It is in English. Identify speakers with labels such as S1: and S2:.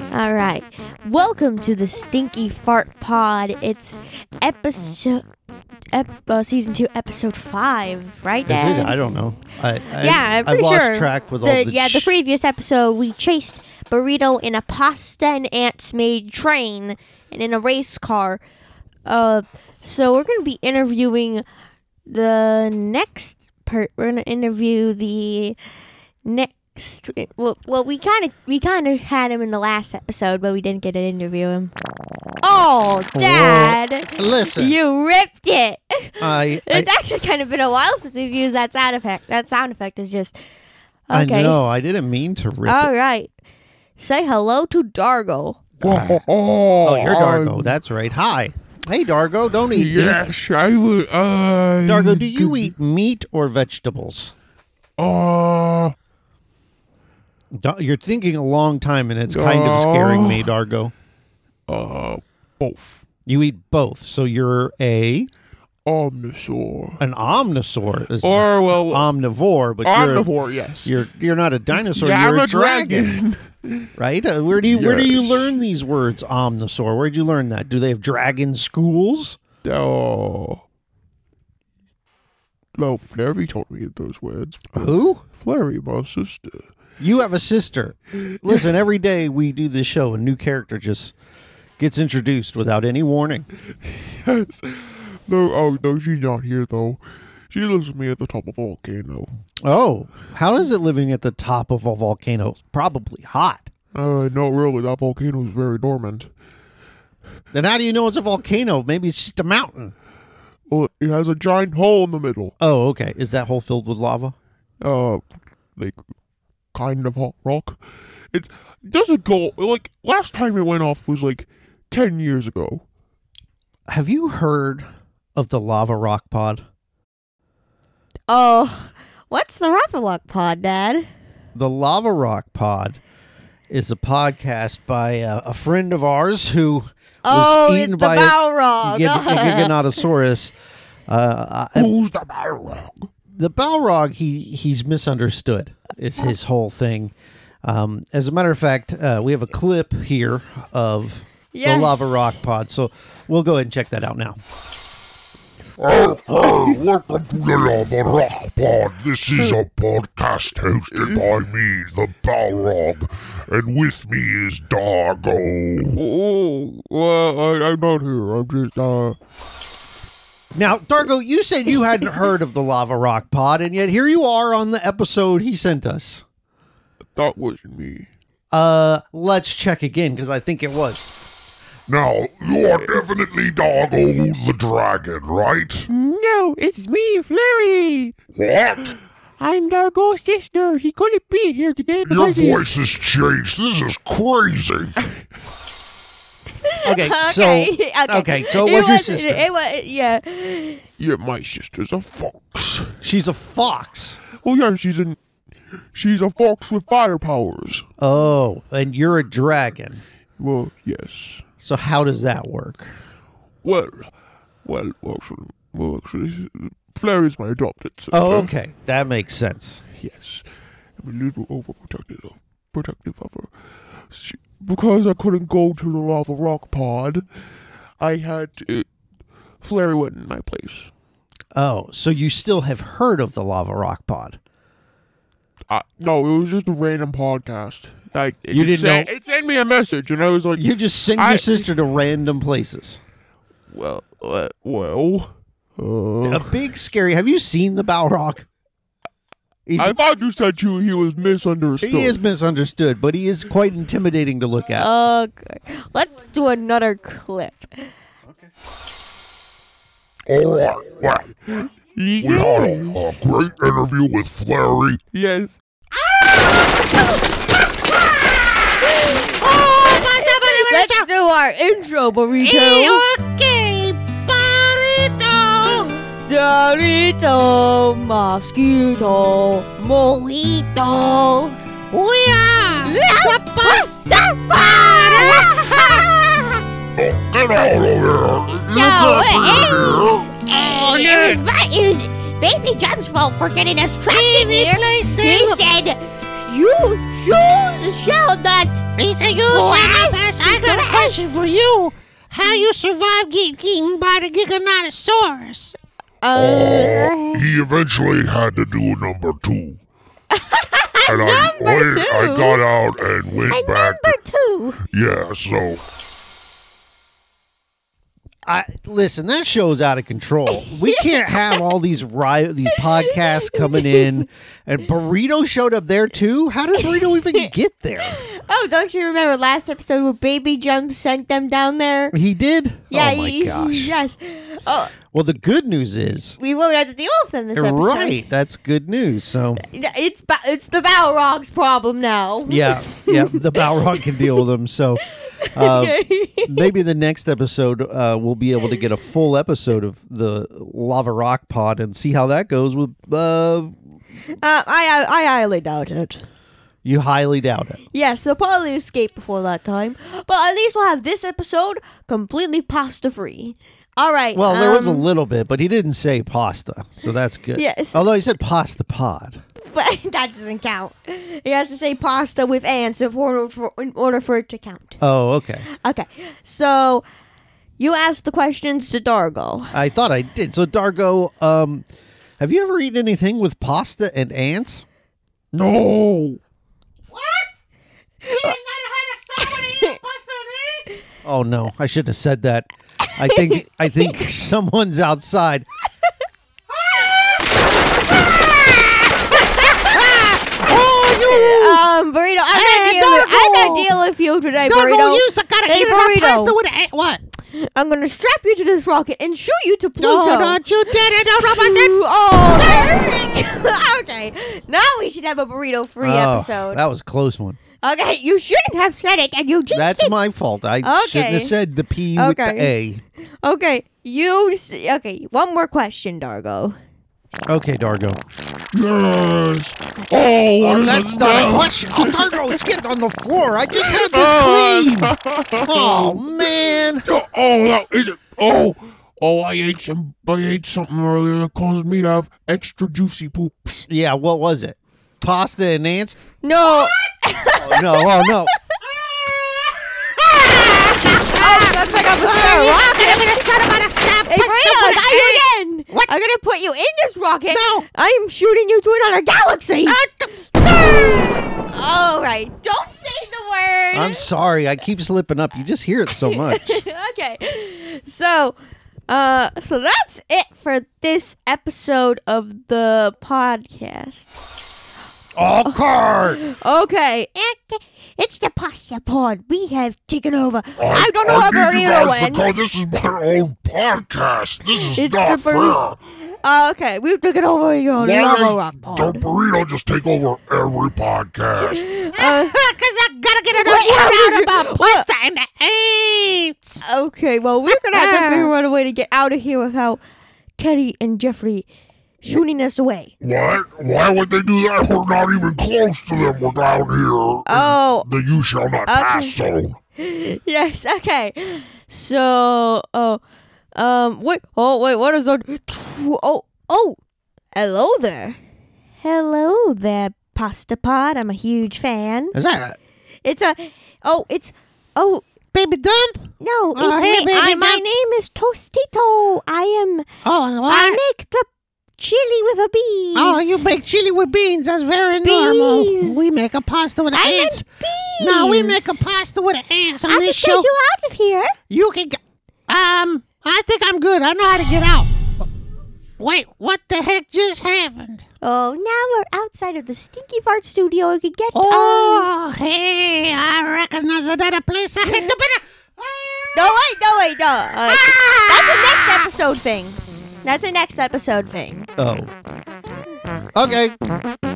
S1: All right. Welcome to the Stinky Fart Pod. It's episode ep- uh, season 2 episode 5, right
S2: Is
S1: Dad?
S2: it? I don't know. I, I
S1: yeah, I'm
S2: I've
S1: pretty
S2: lost
S1: sure.
S2: track with all the
S1: yeah, the
S2: ch-
S1: previous episode we chased burrito in a pasta and ants made train and in a race car. Uh, so we're gonna be interviewing the next part. We're gonna interview the next. Well, well we kind of we kind of had him in the last episode, but we didn't get to interview him. Oh, Dad!
S2: Listen,
S1: You ripped it.
S2: I, I,
S1: It's actually kind of been a while since we've used that sound effect. That sound effect is just
S2: I
S1: okay. Oh.
S2: know. I didn't mean to rip
S1: All
S2: it.
S1: right. Say hello to Dargo.
S2: Ah. Oh, you're Dargo. That's right. Hi. Hey, Dargo. Don't eat. meat.
S3: Yes, I would. Uh,
S2: Dargo, do you eat meat or vegetables?
S3: Uh,
S2: Da- You're thinking a long time, and it's kind of scaring
S3: Oh.
S2: me, Dargo.
S3: uh, both.
S2: You eat both, so you're a
S3: Omnisaur.
S2: an omnisaur, is
S3: Or, well,
S2: omnivore, but
S3: omnivore, yes.
S2: You're, you're you're not a dinosaur.
S3: yeah,
S2: you're
S3: I'm
S2: a dragon, right? Uh, where do you where do you
S3: Yes.
S2: learn these words, omnisaur? Where'd you learn that? Do they have dragon schools?
S3: Oh. No, Flurry told me those words.
S2: Who?
S3: Flurry, my sister.
S2: You have a sister. Listen, every day we do this show, a new character just gets introduced without any warning.
S3: Yes. No, oh, no, she's not here, though. She lives with me at the top of a volcano.
S2: Oh, how is it living at the top of a volcano? It's probably hot.
S3: Uh, no, really, that volcano is very dormant.
S2: Then how do you know it's a volcano? Maybe it's just a mountain.
S3: Well, it has a giant hole in the middle.
S2: Oh, okay. Is that hole filled with lava?
S3: uh like kind of hot rock. It doesn't go like last time it went off was like ten years ago.
S2: Have you heard of the lava rock pod?
S1: Oh, what's the Rapalock pod, Dad?
S2: The Lava Rock Pod is a podcast by a, a friend of ours who
S1: Oh,
S2: was
S1: it's
S2: eaten
S1: the
S2: by a
S1: Balrog.
S2: Gig- a Giganotosaurus. Uh, I-
S3: Who's the Balrog?
S2: the Balrog, he he's misunderstood. Is his whole thing. Um, as a matter of fact, uh, we have a clip here of
S1: Yes.
S2: the Lava Rock Pod, so we'll go ahead and check that out now.
S4: Welcome to the Lava Rock Pod. This is a podcast hosted by me, the Balrog, and with me is Dargo.
S3: Oh, well, I, I'm not here. I'm just uh.
S2: Now, Dargo, you said you hadn't heard of the Lava Rock Pod, and yet here you are on the episode he sent us.
S3: That wasn't me.
S2: Uh, let's check again because I think it was.
S4: Now, you are definitely Dargo the Dragon, right?
S3: No, it's me, Flurry.
S4: What?
S3: I'm Dargo's sister. He couldn't be here today
S4: Your voice has changed. This is crazy.
S2: Okay,
S1: okay.
S2: so okay, so it was your sister.
S1: It was yeah.
S3: Yeah, my sister's a fox.
S2: She's a fox.
S3: Well, yeah, she's an she's a fox with fire powers.
S2: Oh, and you're a dragon.
S3: Well, yes.
S2: So how does that work?
S3: Well, well, actually, well, actually, Flair is my adopted sister.
S2: Oh, okay, that makes sense.
S3: Yes, I'm a little overprotective of protective of her. She, because I couldn't go to the lava rock pod, I had to, Flair went in my place.
S2: Oh, so you still have heard of the Lava Rock Pod?
S3: I, no, it was just a random podcast. Like it
S2: You
S3: just
S2: didn't
S3: said- It sent me a message, and I was like,
S2: You just send your
S3: I-
S2: sister to random places.
S3: "Well, uh, well,
S2: A
S3: uh,
S2: big scary. Have you seen the Balrog? He's,
S3: I thought you said you he was misunderstood."
S2: he is misunderstood, but he is quite intimidating to look at.
S1: Okay. Oh, Let's do another clip.
S4: All right, well, we had a, a great interview with Flurry.
S3: yes.
S1: Let's do our intro burrito.
S5: Okay, burrito,
S1: Dorito, mosquito, mojito.
S5: we are
S1: La
S5: pasta party.
S4: Oh, get out of here! You
S5: No,
S4: can't
S5: eh,
S4: be here.
S6: Oh,
S5: Hey, it was my, it was Baby Jump's fault for getting us trapped in here. Nice he said, "You shoes shall not."
S6: Lisa, you shut up, ass. I got a question for you. How you survived getting eaten by the Giganotosaurus?
S4: Uh, he eventually had to do number two. And I, went, I got out and went back.
S1: Number two.
S4: yeah, so
S2: I listen. That show's out of control. We can't have all these ri- these podcasts coming in, and burrito showed up there too. How did burrito even get there?
S1: Oh, don't you remember last episode where Baby Jump sent them down there?
S2: He did.
S1: Yeah,
S2: oh my
S1: he-
S2: gosh.
S1: Yes. Oh,
S2: Well, the good news is
S1: we won't have to deal with them this episode.
S2: right. That's good news. So
S1: It's ba- it's the Balrog's problem now.
S2: yeah, yeah. The Balrog can deal with them. So. Uh, maybe the next episode uh, we'll be able to get a full episode of the lava rock pod and see how that goes with uh,
S1: Uh, I, I I highly doubt it.
S2: you highly doubt it
S1: Yes, they'll probably escape before that time. But at least we'll have this episode completely pasta free. All right.
S2: Well, there was a
S1: um,
S2: little bit, but he didn't say pasta, so that's good.
S1: Yes.
S2: Although he said pasta pod.
S1: but that doesn't count. It has to say pasta with ants in order for, in order for it to count.
S2: Oh, okay.
S1: Okay, so you asked the questions to Dargo.
S2: I thought I did. So Dargo, um, have you ever eaten anything with pasta and ants?
S3: No.
S2: Oh no, I shouldn't have said that. I think I think someone's outside.
S1: Um, burrito, I'm not
S6: Hey,
S1: dealing. I'm not
S6: Dargo!
S1: dealing with you today,
S6: Don't
S1: burrito.
S6: know you so gotta
S1: Hey,
S6: eat my
S1: burrito.
S6: pasta with a what?
S1: I'm gonna strap you to this rocket and shoot you to Pluto.
S6: No, don't you did it! Don't rub us in.
S1: Ooh, oh, okay. Now we should have a burrito free
S2: Oh,
S1: episode.
S2: That was a close one.
S1: Okay, you shouldn't have said it, and you just
S2: That's
S1: did.
S2: my fault. I shouldn't
S1: Okay.
S2: have said the P with the
S1: Okay.
S2: A.
S1: okay, you. s- Okay, one more question, Dargo.
S2: Okay, Dargo.
S3: Yes. Oh, what is
S2: That's
S3: it
S2: not a
S3: now?
S2: question. Oh, Dargo, it's getting on the floor. I just had this clean. Oh man.
S3: Oh, that is it. Oh, oh, I ate some. I ate something earlier that caused me to have extra juicy poops.
S2: Yeah, what was it? Pasta and ants?
S1: No.
S2: Oh, no, oh no.
S1: Oh, that's like I was gonna rock it. Hey, Brito, not you again. What? I'm gonna put you in this rocket. No. Ah, I am shooting you to another galaxy. All right. Don't say the word.
S2: I'm sorry. I keep slipping up. You just hear it so much.
S1: okay. So, uh, so that's it for this episode of the podcast.
S2: All card.
S1: Okay. It's the pasta pod. We have taken over. I, don't know
S4: I
S1: how
S4: need Oh, you
S1: burrito
S4: guys to
S1: went.
S4: go. This is my own podcast. This is
S1: It's
S4: not
S1: the
S4: fair.
S1: burrito- Uh, okay, we've taken over your lava rock pod.
S4: Don't burrito just take over every podcast.
S6: Because I gotta get it
S1: Wait, how did
S6: out
S1: you-
S6: about pasta and ants.
S1: Okay, well, we're gonna have
S6: Ah.
S1: to figure out a way to get out of here without Teddy and Jeffrey shooting us away.
S4: What? Why would they do that? We're not even close to them. We're down here.
S1: Oh,
S4: in the you shall not pass zone.
S1: yes, okay. So, oh, um, wait, oh, wait, what is that? Oh, oh, hello there. Hello there, Pasta Pod. I'm a huge fan.
S2: Is that
S1: It's a, oh, it's, oh,
S6: Baby dump.
S1: no, it's
S6: Oh, hey,
S1: me.
S6: baby,
S1: I, my
S6: that-
S1: name is Tostito. I am,
S6: Oh,
S1: I
S6: what?
S1: make the chili with a bee.
S6: Oh, you make chili with beans. That's very normal.
S1: Bees.
S6: We make a pasta with
S1: I meant
S6: ants.
S1: bees.
S6: No, we make a pasta with ants on
S1: I can
S6: this show.
S1: get you out of here.
S6: You can. g- Um, I think I'm good. I know how to get out. Wait, what the heck just happened?
S1: Oh, now we're outside of the Stinky Fart Studio. We could get. um,
S6: Oh, hey, I recognize another place. I hit the Ah! better.
S1: no, wait, no, wait, no. Uh, that's a next episode thing. That's a next episode thing.
S2: it? Oh. Okay.